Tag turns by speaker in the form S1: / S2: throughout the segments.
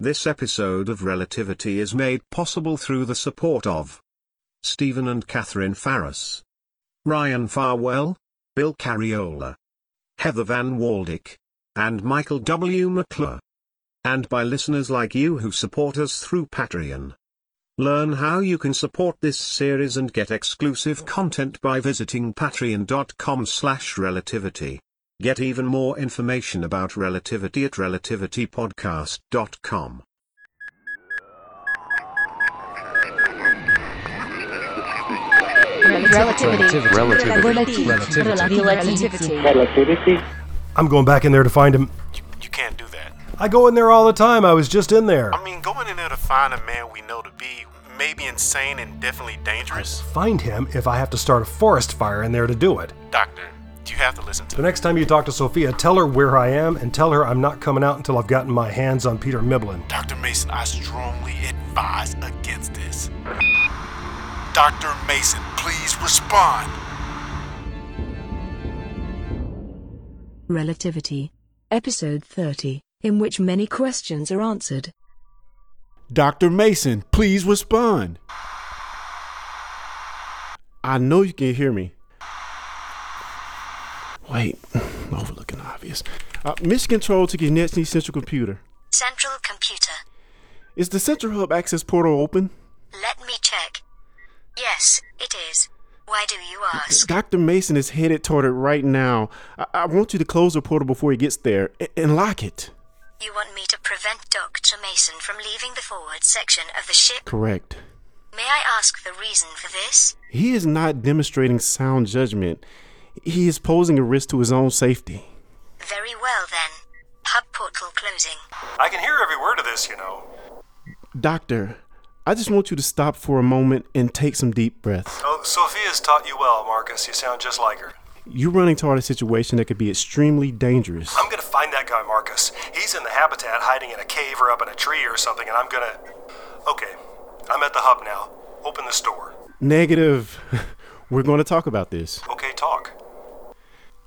S1: This episode of Relativity is made possible through the support of Stephen and Catherine Farris, Ryan Farwell, Bill Carriola, Heather Van Waldick, and Michael W. McClure. And by listeners like you who support us through Patreon. Learn how you can support this series and get exclusive content by visiting patreon.com slash relativity. Get even more information about relativity at relativitypodcast.com.
S2: Relativity.
S3: Relativity.
S2: Relativity. Relativity.
S4: I'm going back in there to find him.
S5: You, you can't do that.
S4: I go in there all the time. I was just in there.
S5: I mean, going in there to find a man we know to be maybe insane and definitely dangerous.
S4: Find him if I have to start a forest fire in there to do it.
S5: Doctor, you have to listen to
S4: The next time you talk to Sophia, tell her where I am and tell her I'm not coming out until I've gotten my hands on Peter Miblin.
S5: Dr. Mason, I strongly advise against this. Dr. Mason, please respond.
S6: Relativity. Episode 30, in which many questions are answered.
S7: Dr. Mason, please respond. I know you can hear me. Wait, overlooking obvious. Uh, mission control to Kinetsny Central Computer.
S8: Central computer.
S7: Is the Central Hub access portal open?
S8: Let me check. Yes, it is. Why do you ask?
S7: Dr. Mason is headed toward it right now. I, I want you to close the portal before he gets there a- and lock it.
S8: You want me to prevent Dr. Mason from leaving the forward section of the ship?
S7: Correct.
S8: May I ask the reason for this?
S7: He is not demonstrating sound judgment. He is posing a risk to his own safety.
S8: Very well then. Hub portal closing.
S5: I can hear every word of this, you know.
S7: Doctor, I just want you to stop for a moment and take some deep breaths.
S5: Oh, Sophia's taught you well, Marcus. You sound just like her.
S7: You're running toward a situation that could be extremely dangerous.
S5: I'm gonna find that guy, Marcus. He's in the habitat, hiding in a cave or up in a tree or something, and I'm gonna. Okay, I'm at the hub now. Open the store.
S7: Negative. We're going to talk about this.
S5: Okay, talk.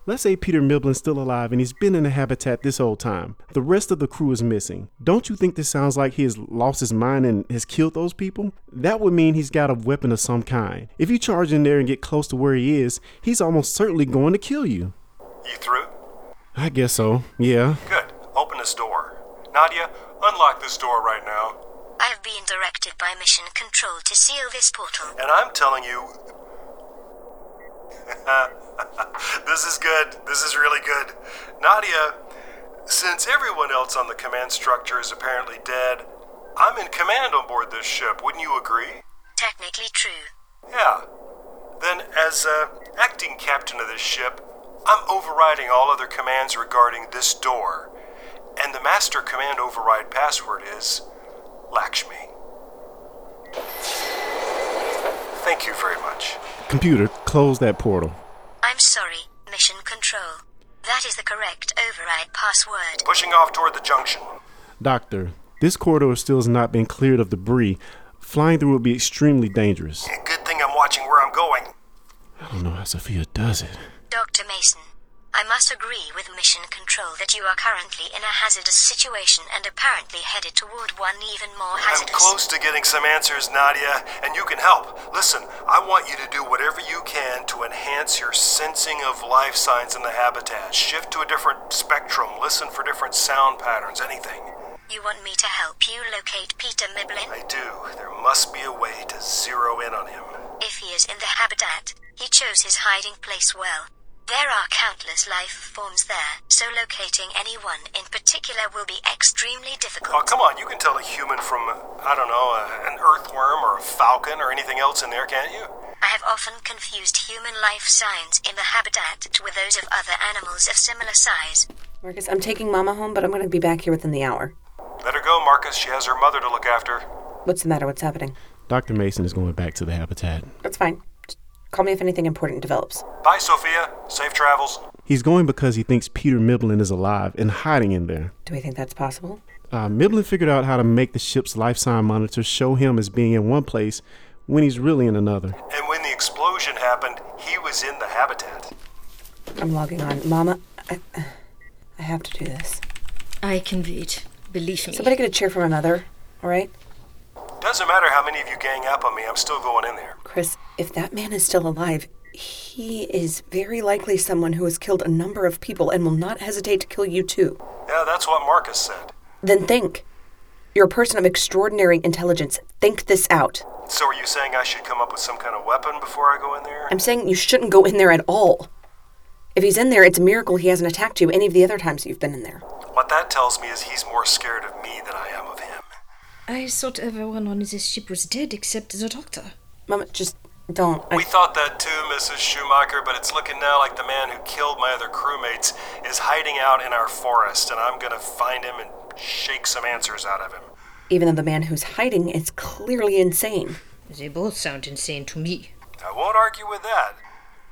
S7: Let's say Peter Miblin's still alive and he's been in the habitat this whole time. The rest of the crew is missing. Don't you think this sounds like he has lost his mind and has killed those people? That would mean he's got a weapon of some kind. If you charge in there and get close to where he is, he's almost certainly going to kill you.
S5: You through?
S7: I guess so. Yeah.
S5: Good. Open this door. Nadia, unlock this door right now.
S8: I've been directed by Mission Control to seal this portal.
S5: And I'm telling you. this is good. This is really good. Nadia, since everyone else on the command structure is apparently dead, I'm in command on board this ship. Wouldn't you agree?
S8: Technically true.
S5: Yeah. Then, as uh, acting captain of this ship, I'm overriding all other commands regarding this door. And the master command override password is Lakshmi. Thank you very much.
S7: Computer, close that portal.
S8: I'm sorry, Mission Control. That is the correct override password.
S5: Pushing off toward the junction.
S7: Doctor, this corridor still has not been cleared of debris. Flying through would be extremely dangerous.
S5: Good thing I'm watching where I'm going.
S7: I don't know how Sophia does it.
S8: Dr. Mason, I must agree with Mission Control that you are currently in a hazardous situation and apparently headed toward one even more
S5: I'm
S8: hazardous.
S5: close to getting some answers, Nadia, and you can help. Listen, I want you to do whatever you can to enhance your sensing of life signs in the habitat. Shift to a different spectrum, listen for different sound patterns, anything.
S8: You want me to help you locate Peter Miblin?
S5: I do. There must be a way to zero in on him.
S8: If he is in the habitat, he chose his hiding place well. There are countless life forms there, so locating any one in particular will be extremely
S5: Oh,
S8: difficult.
S5: come on, you can tell a human from, I don't know, uh, an earthworm or a falcon or anything else in there, can't you?
S8: I have often confused human life signs in the habitat with those of other animals of similar size.
S2: Marcus, I'm taking Mama home, but I'm going to be back here within the hour.
S5: Let her go, Marcus. She has her mother to look after.
S2: What's the matter? What's happening?
S7: Dr. Mason is going back to the habitat.
S2: That's fine. Just call me if anything important develops.
S5: Bye, Sophia. Safe travels.
S7: He's going because he thinks Peter Miblin is alive and hiding in there.
S2: Do we think that's possible?
S7: Uh, Miblin figured out how to make the ship's life sign monitor show him as being in one place when he's really in another.
S5: And when the explosion happened, he was in the habitat.
S2: I'm logging on. Mama, I, I have to do this.
S3: I can read. Believe me.
S2: Somebody get a cheer for my mother, all right?
S5: Doesn't matter how many of you gang up on me, I'm still going in there.
S2: Chris, if that man is still alive, he is very likely someone who has killed a number of people and will not hesitate to kill you too.
S5: Yeah, that's what Marcus said.
S2: Then think. You're a person of extraordinary intelligence. Think this out.
S5: So are you saying I should come up with some kind of weapon before I go in there?
S2: I'm saying you shouldn't go in there at all. If he's in there, it's a miracle he hasn't attacked you any of the other times you've been in there.
S5: What that tells me is he's more scared of me than I am of him.
S3: I thought everyone on this ship was dead except the doctor.
S2: Mama, just don't. I-
S5: We thought that too, Mrs. Schumacher, but it's looking now like the man who killed my other crewmates is hiding out in our forest, and I'm gonna find him and shake some answers out of him.
S2: even though the man who's hiding is clearly insane.
S3: They both sound insane to me.
S5: I won't argue with that.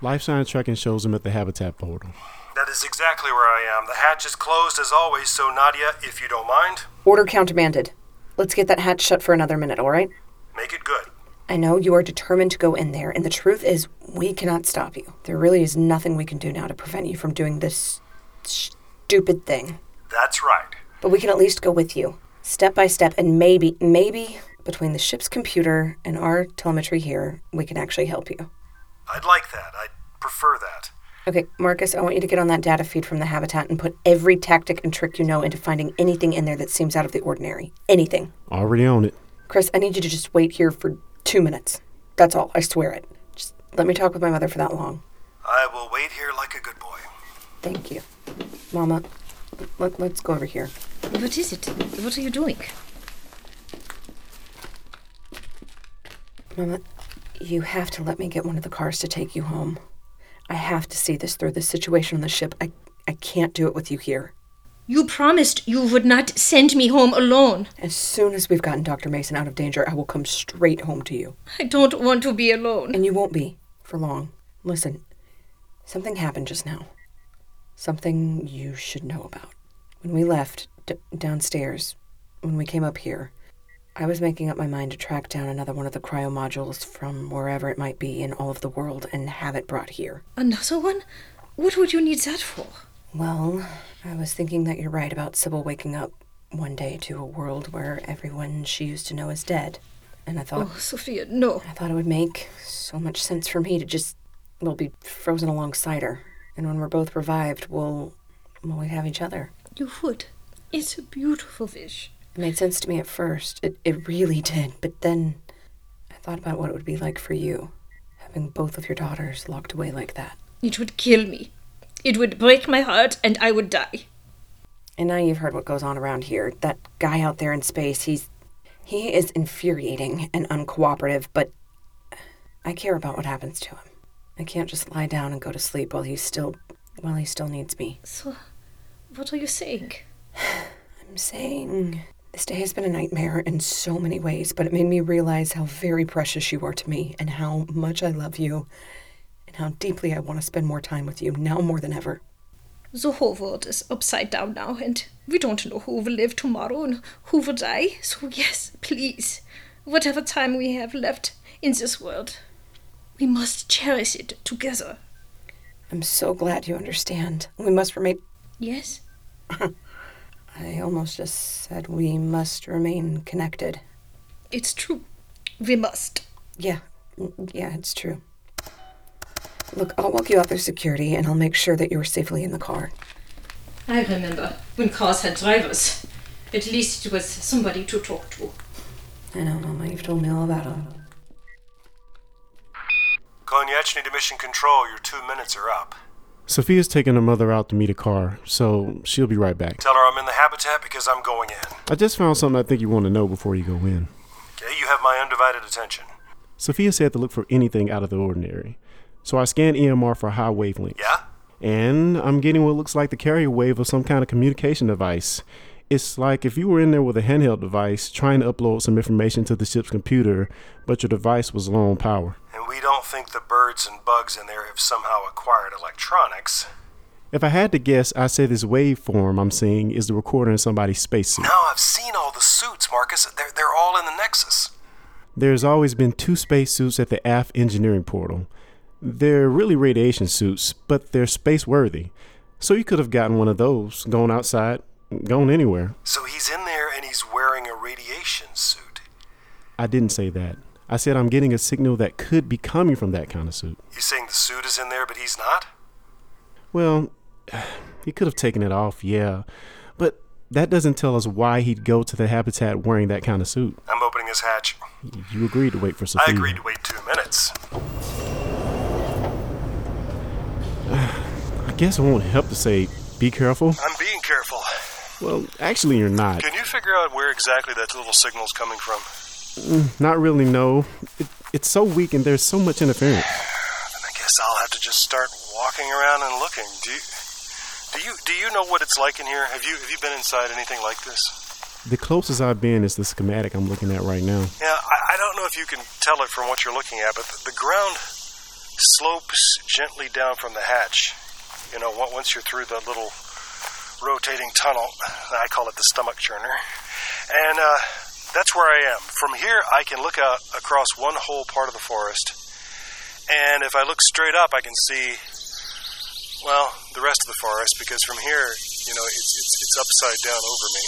S7: Life sign tracking shows him at the habitat portal.
S5: That is exactly where I am. The hatch is closed as always, so Nadia, if you don't mind,
S2: Order countermanded. Let's get that hatch shut for another minute, all right?
S5: make it good.
S2: I know you are determined to go in there, and the truth is, we cannot stop you. There really is nothing we can do now to prevent you from doing this stupid thing.
S5: That's right.
S2: But we can at least go with you, step by step, and maybe, maybe between the ship's computer and our telemetry here, we can actually help you.
S5: I'd like that. I'd prefer that.
S2: Okay, Marcus, I want you to get on that data feed from the habitat and put every tactic and trick you know into finding anything in there that seems out of the ordinary. Anything.
S7: Already on it.
S2: Chris, I need you to just wait here for two minutes. That's all. I swear it. Just let me talk with my mother for that long.
S5: I will wait here like a good boy.
S2: Thank you. Mama, let, let's go over here.
S3: What is it? What are you doing?
S2: Mama, you have to let me get one of the cars to take you home. I have to see this through. This situation on the ship, I, I can't do it with you here.
S3: You promised you would not send me home alone.
S2: As soon as we've gotten Dr. Mason out of danger, I will come straight home to you.
S3: I don't want to be alone.
S2: And you won't be for long. Listen, something happened just now. Something you should know about. When we left d- downstairs, when we came up here, I was making up my mind to track down another one of the cryo modules from wherever it might be in all of the world and have it brought here.
S3: Another one? What would you need that for?
S2: Well, I was thinking that you're right about Sybil waking up one day to a world where everyone she used to know is dead. And I thought.
S3: Oh, Sophia, no.
S2: I thought it would make so much sense for me to just, we'll be frozen alongside her. And when we're both revived, we'll, well, we'd have each other.
S3: You would. It's a beautiful wish.
S2: It made sense to me at first. It, it really did. But then I thought about what it would be like for you, having both of your daughters locked away like that.
S3: It would kill me. It would break my heart and I would die.
S2: And now you've heard what goes on around here. That guy out there in space, he's, he is infuriating and uncooperative, but I care about what happens to him. I can't just lie down and go to sleep while he's still, while he still needs me.
S3: So, what are you saying?
S2: I'm saying this day has been a nightmare in so many ways, but it made me realize how very precious you are to me and how much I love you and how deeply I want to spend more time with you now more than ever.
S3: The whole world is upside down now, and we don't know who will live tomorrow and who will die. So, yes, please, whatever time we have left in this world, we must cherish it together.
S2: I'm so glad you understand. We must remain.
S3: Yes?
S2: I almost just said we must remain connected.
S3: It's true. We must.
S2: Yeah, mm, yeah, it's true. Look, I'll walk you out through security and I'll make sure that you're safely in the car.
S3: I remember when cars had drivers. At least it was somebody to talk to.
S2: I know, Mama, you've told me all about it.
S5: Konyechny to mission control, your two minutes are up.
S7: Sophia's taking her mother out to meet a car, so she'll be right back.
S5: Tell her I'm in the habitat because I'm going in.
S7: I just found something I think you want to know before you go in.
S5: Okay, you have my undivided attention.
S7: Sophia said to look for anything out of the ordinary. So I scanned EMR for high wavelengths.
S5: Yeah?
S7: And I'm getting what looks like the carrier wave of some kind of communication device. It's like if you were in there with a handheld device trying to upload some information to the ship's computer, but your device was low on power.
S5: And we don't think the birds and bugs in there have somehow acquired electronics.
S7: If I had to guess, I'd say this waveform I'm seeing is the recorder in somebody's spacesuit.
S5: Now I've seen all the suits, Marcus. They're, they're all in the Nexus.
S7: There's always been two spacesuits at the aft engineering portal. They're really radiation suits, but they're space worthy. So you could have gotten one of those, gone outside, gone anywhere.
S5: So he's in there and he's wearing a radiation suit.
S7: I didn't say that. I said I'm getting a signal that could be coming from that kind of suit.
S5: You saying the suit is in there, but he's not?
S7: Well, he could have taken it off, yeah. But that doesn't tell us why he'd go to the habitat wearing that kind of suit.
S5: I'm opening his hatch.
S7: You agreed to wait for Sophia.
S5: I agreed to wait two minutes.
S7: I guess it won't help to say, be careful.
S5: I'm being careful.
S7: Well, actually, you're not.
S5: Can you figure out where exactly that little signal's coming from?
S7: Not really, no. It, it's so weak and there's so much interference.
S5: Then I guess I'll have to just start walking around and looking. Do you, do you do you know what it's like in here? Have you have you been inside anything like this?
S7: The closest I've been is the schematic I'm looking at right now.
S5: Yeah, I, I don't know if you can tell it from what you're looking at, but the, the ground slopes gently down from the hatch. You know, on- once you're through the little rotating tunnel, I call it the stomach churner, and uh, that's where I am. From here, I can look out across one whole part of the forest, and if I look straight up, I can see well the rest of the forest because from here, you know, it's it's, it's upside down over me.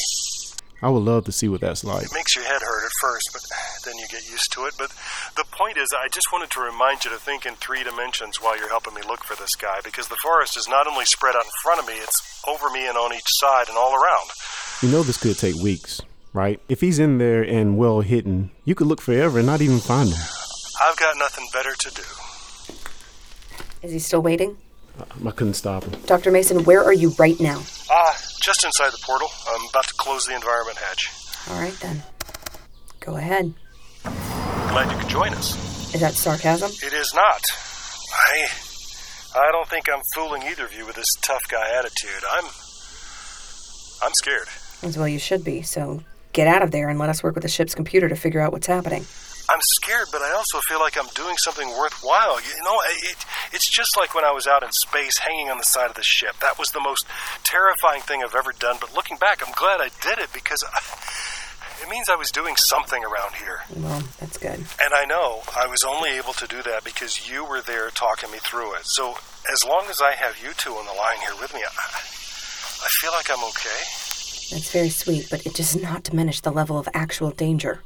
S7: I would love to see what that's like.
S5: It makes your head hurt at first, but then you get used to it. But the point is, I just wanted to remind you to think in three dimensions while you're helping me look for this guy, because the forest is not only spread out in front of me, it's over me and on each side and all around.
S7: You know, this could take weeks, right? If he's in there and well hidden, you could look forever and not even find him.
S5: I've got nothing better to do.
S2: Is he still waiting?
S7: I- I couldn't stop him.
S2: Dr. Mason, where are you right now?
S5: Ah, just inside the portal. I'm about to close the environment hatch.
S2: All right, then. Go ahead.
S5: Glad you could join us.
S2: Is that sarcasm?
S5: It is not. I. I don't think I'm fooling either of you with this tough guy attitude. I'm. I'm scared.
S2: As well, you should be, so get out of there and let us work with the ship's computer to figure out what's happening.
S5: I'm scared, but I also feel like I'm doing something worthwhile. You know, I- it, it's just like when I was out in space hanging on the side of the ship. That was the most terrifying thing I've ever done, but looking back, I'm glad I did it because I, it means I was doing something around here.
S2: Well, that's good.
S5: And I know I was only able to do that because you were there talking me through it. So as long as I have you two on the line here with me, I, I feel like I'm okay.
S2: That's very sweet, but it does not diminish the level of actual danger.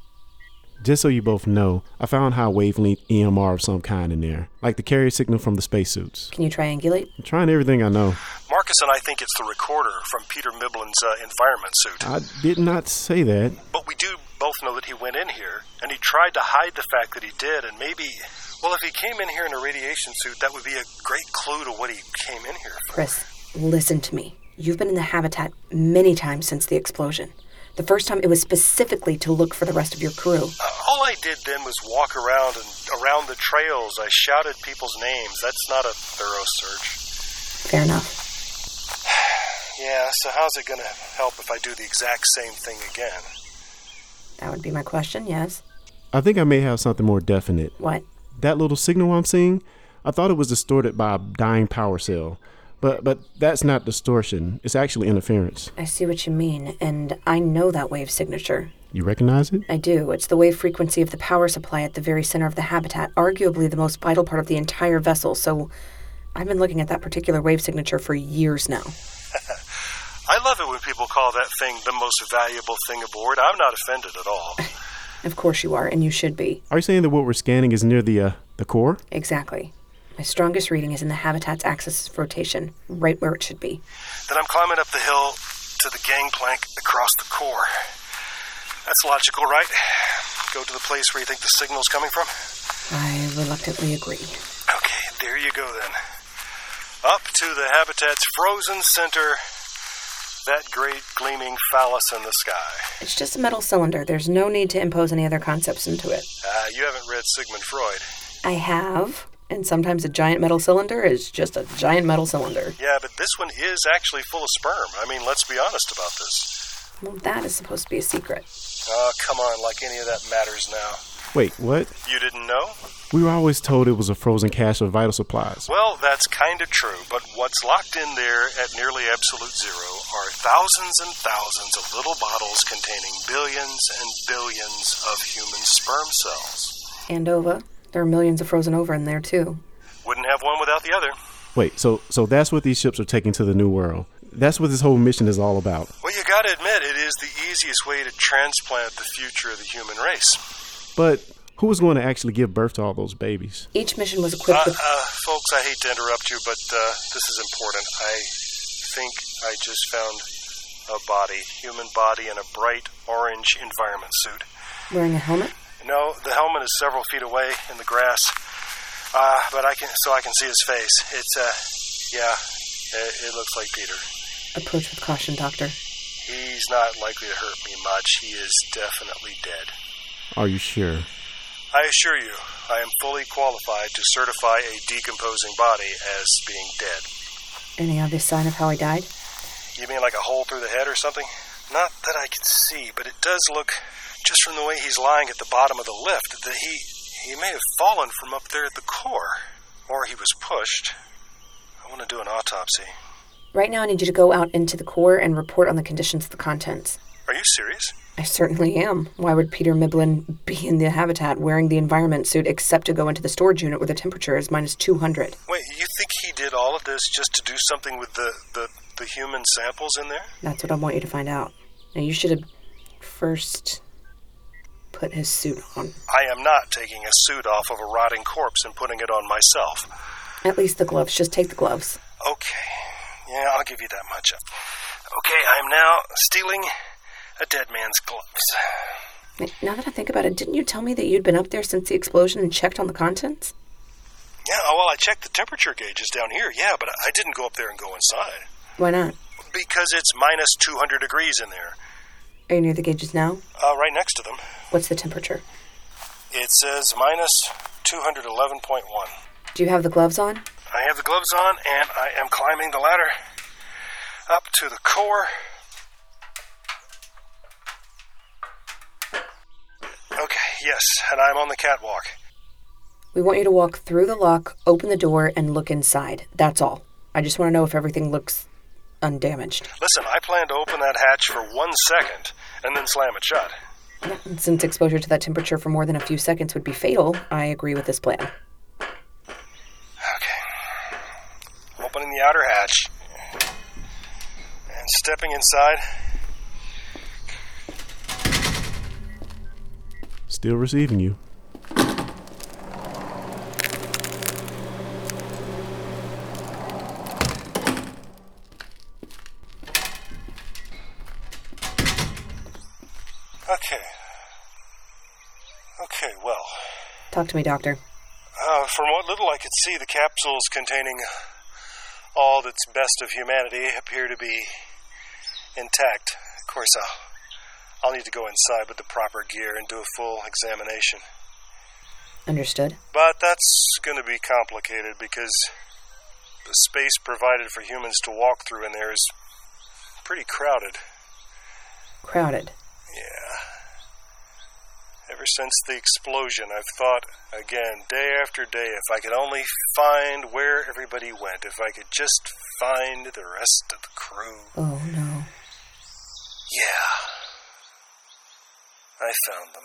S7: Just so you both know, I found high wavelength EMR of some kind in there, like the carrier signal from the spacesuits.
S2: Can you triangulate?
S7: I'm trying everything I know.
S5: Marcus and I think it's the recorder from Peter Miblin's uh, environment suit.
S7: I did not say that.
S5: But we do both know that he went in here, and he tried to hide the fact that he did, and maybe. Well, if he came in here in a radiation suit, that would be a great clue to what he came in here for.
S2: Chris, listen to me. You've been in the habitat many times since the explosion. The first time it was specifically to look for the rest of your crew.
S5: Uh, all I did then was walk around and around the trails. I shouted people's names. That's not a thorough search.
S2: Fair enough.
S5: Yeah, so how's it going to help if I do the exact same thing again?
S2: That would be my question, yes?
S7: I think I may have something more definite.
S2: What?
S7: That little signal I'm seeing, I thought it was distorted by a dying power cell. But but that's not distortion. It's actually interference.
S2: I see what you mean, and I know that wave signature.
S7: You recognize it?
S2: I do. It's the wave frequency of the power supply at the very center of the habitat, arguably the most vital part of the entire vessel, so I've been looking at that particular wave signature for years now.
S5: I love it when people call that thing the most valuable thing aboard. I'm not offended at all.
S2: Of course you are, and you should be.
S7: Are you saying that what we're scanning is near the uh, the core?
S2: Exactly. My strongest reading is in the habitat's axis of rotation, right where it should be.
S5: Then I'm climbing up the hill to the gangplank across the core. That's logical, right? Go to the place where you think the signal's coming from.
S2: I reluctantly agree.
S5: Okay, there you go then. Up to the habitat's frozen center, that great gleaming phallus in the sky.
S2: It's just a metal cylinder. There's no need to impose any other concepts into it.
S5: Uh, you haven't read Sigmund Freud.
S2: I have. And sometimes a giant metal cylinder is just a giant metal cylinder.
S5: Yeah, but this one is actually full of sperm. I mean, let's be honest about this.
S2: Well, that is supposed to be a secret.
S5: Oh, come on, like any of that matters now.
S7: Wait, what?
S5: You didn't know?
S7: We were always told it was a frozen cache of vital supplies.
S5: Well, that's kind of true, but what's locked in there at nearly absolute zero are thousands and thousands of little bottles containing billions and billions of human sperm cells.
S2: Andova. There are millions of frozen over in there, too.
S5: Wouldn't have one without the other.
S7: Wait, so so that's what these ships are taking to the new world. That's what this whole mission is all about.
S5: Well, you gotta admit, it is the easiest way to transplant the future of the human race.
S7: But who is going to actually give birth to all those babies?
S2: Each mission was equipped
S5: Uh,
S2: with.
S5: uh, folks, I hate to interrupt you, but uh, this is important. I think I just found a body, human body, in a bright orange environment suit.
S2: Wearing a helmet?
S5: No, the helmet is several feet away in the grass, uh, but I can so I can see his face. It's uh, yeah, it, it looks like Peter.
S2: Approach with caution, Doctor.
S5: He's not likely to hurt me much. He is definitely dead.
S7: Are you sure?
S5: I assure you, I am fully qualified to certify a decomposing body as being dead.
S2: Any obvious sign of how he died?
S5: You mean like a hole through the head or something? Not that I can see, but it does look, just from the way he's lying at the bottom of the lift, that he he may have fallen from up there at the core, or he was pushed. I want to do an autopsy.
S2: Right now, I need you to go out into the core and report on the conditions of the contents.
S5: Are you serious?
S2: I certainly am. Why would Peter Miblin be in the habitat wearing the environment suit except to go into the storage unit where the temperature is minus 200?
S5: Wait, you think he did all of this just to do something with the the, the human samples in there?
S2: That's what I want you to find out. Now, you should have first put his suit on.
S5: I am not taking a suit off of a rotting corpse and putting it on myself.
S2: At least the gloves. Just take the gloves.
S5: Okay. Yeah, I'll give you that much. Okay, I am now stealing a dead man's gloves.
S2: N- Now that I think about it, didn't you tell me that you'd been up there since the explosion and checked on the contents?
S5: Yeah, oh, well, I checked the temperature gauges down here, yeah, but I didn't go up there and go inside.
S2: Why not?
S5: Because it's minus 200 degrees in there,
S2: Are you near the gauges now?
S5: uh, right next to them.
S2: What's the temperature?
S5: It says minus 211.1.
S2: Do you have the gloves on?
S5: I have the gloves on, and I am climbing the ladder up to the core. Okay, yes, and I'm on the catwalk.
S2: We want you to walk through the lock, open the door, and look inside. That's all. I just want to know if everything looks undamaged.
S5: Listen, I plan to open that hatch for one second and then slam it shut.
S2: And Since exposure to that temperature for more than a few seconds would be fatal, I agree with this plan.
S5: Okay. Opening the outer hatch and stepping inside.
S7: Still receiving you.
S5: Okay. Okay, well,
S2: Talk to me, Doctor.
S5: uh, from what little I could see, the capsules containing all that's best of humanity appear to be intact. Of course, I'll, I'll need to go inside with the proper gear and do a full examination.
S2: Understood.
S5: But that's going to be complicated because the space provided for humans to walk through in there is pretty crowded.
S2: Crowded.
S5: Yeah. Ever since the explosion, I've thought again, day after day, if I could only find where everybody went, if I could just find the rest of the crew.
S2: Oh, no.
S5: Yeah. I found them.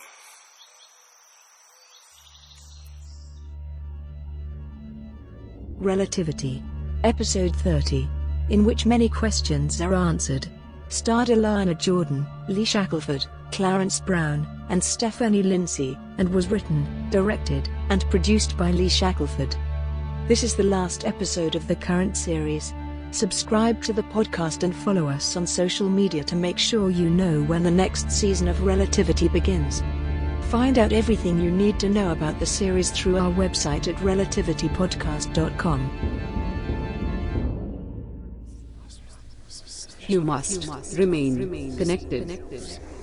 S6: Relativity. Episode 30. In which many questions are answered. Starred Alana Jordan, Lee Shackelford, Clarence Brown, and Stephanie Lindsay, and was written, directed, and produced by Lee Shackelford. This is the last episode of the current series. Subscribe to the podcast and follow us on social media to make sure you know when the next season of Relativity begins. Find out everything you need to know about the series through our website at relativitypodcast.com.
S9: You must, remain, connected.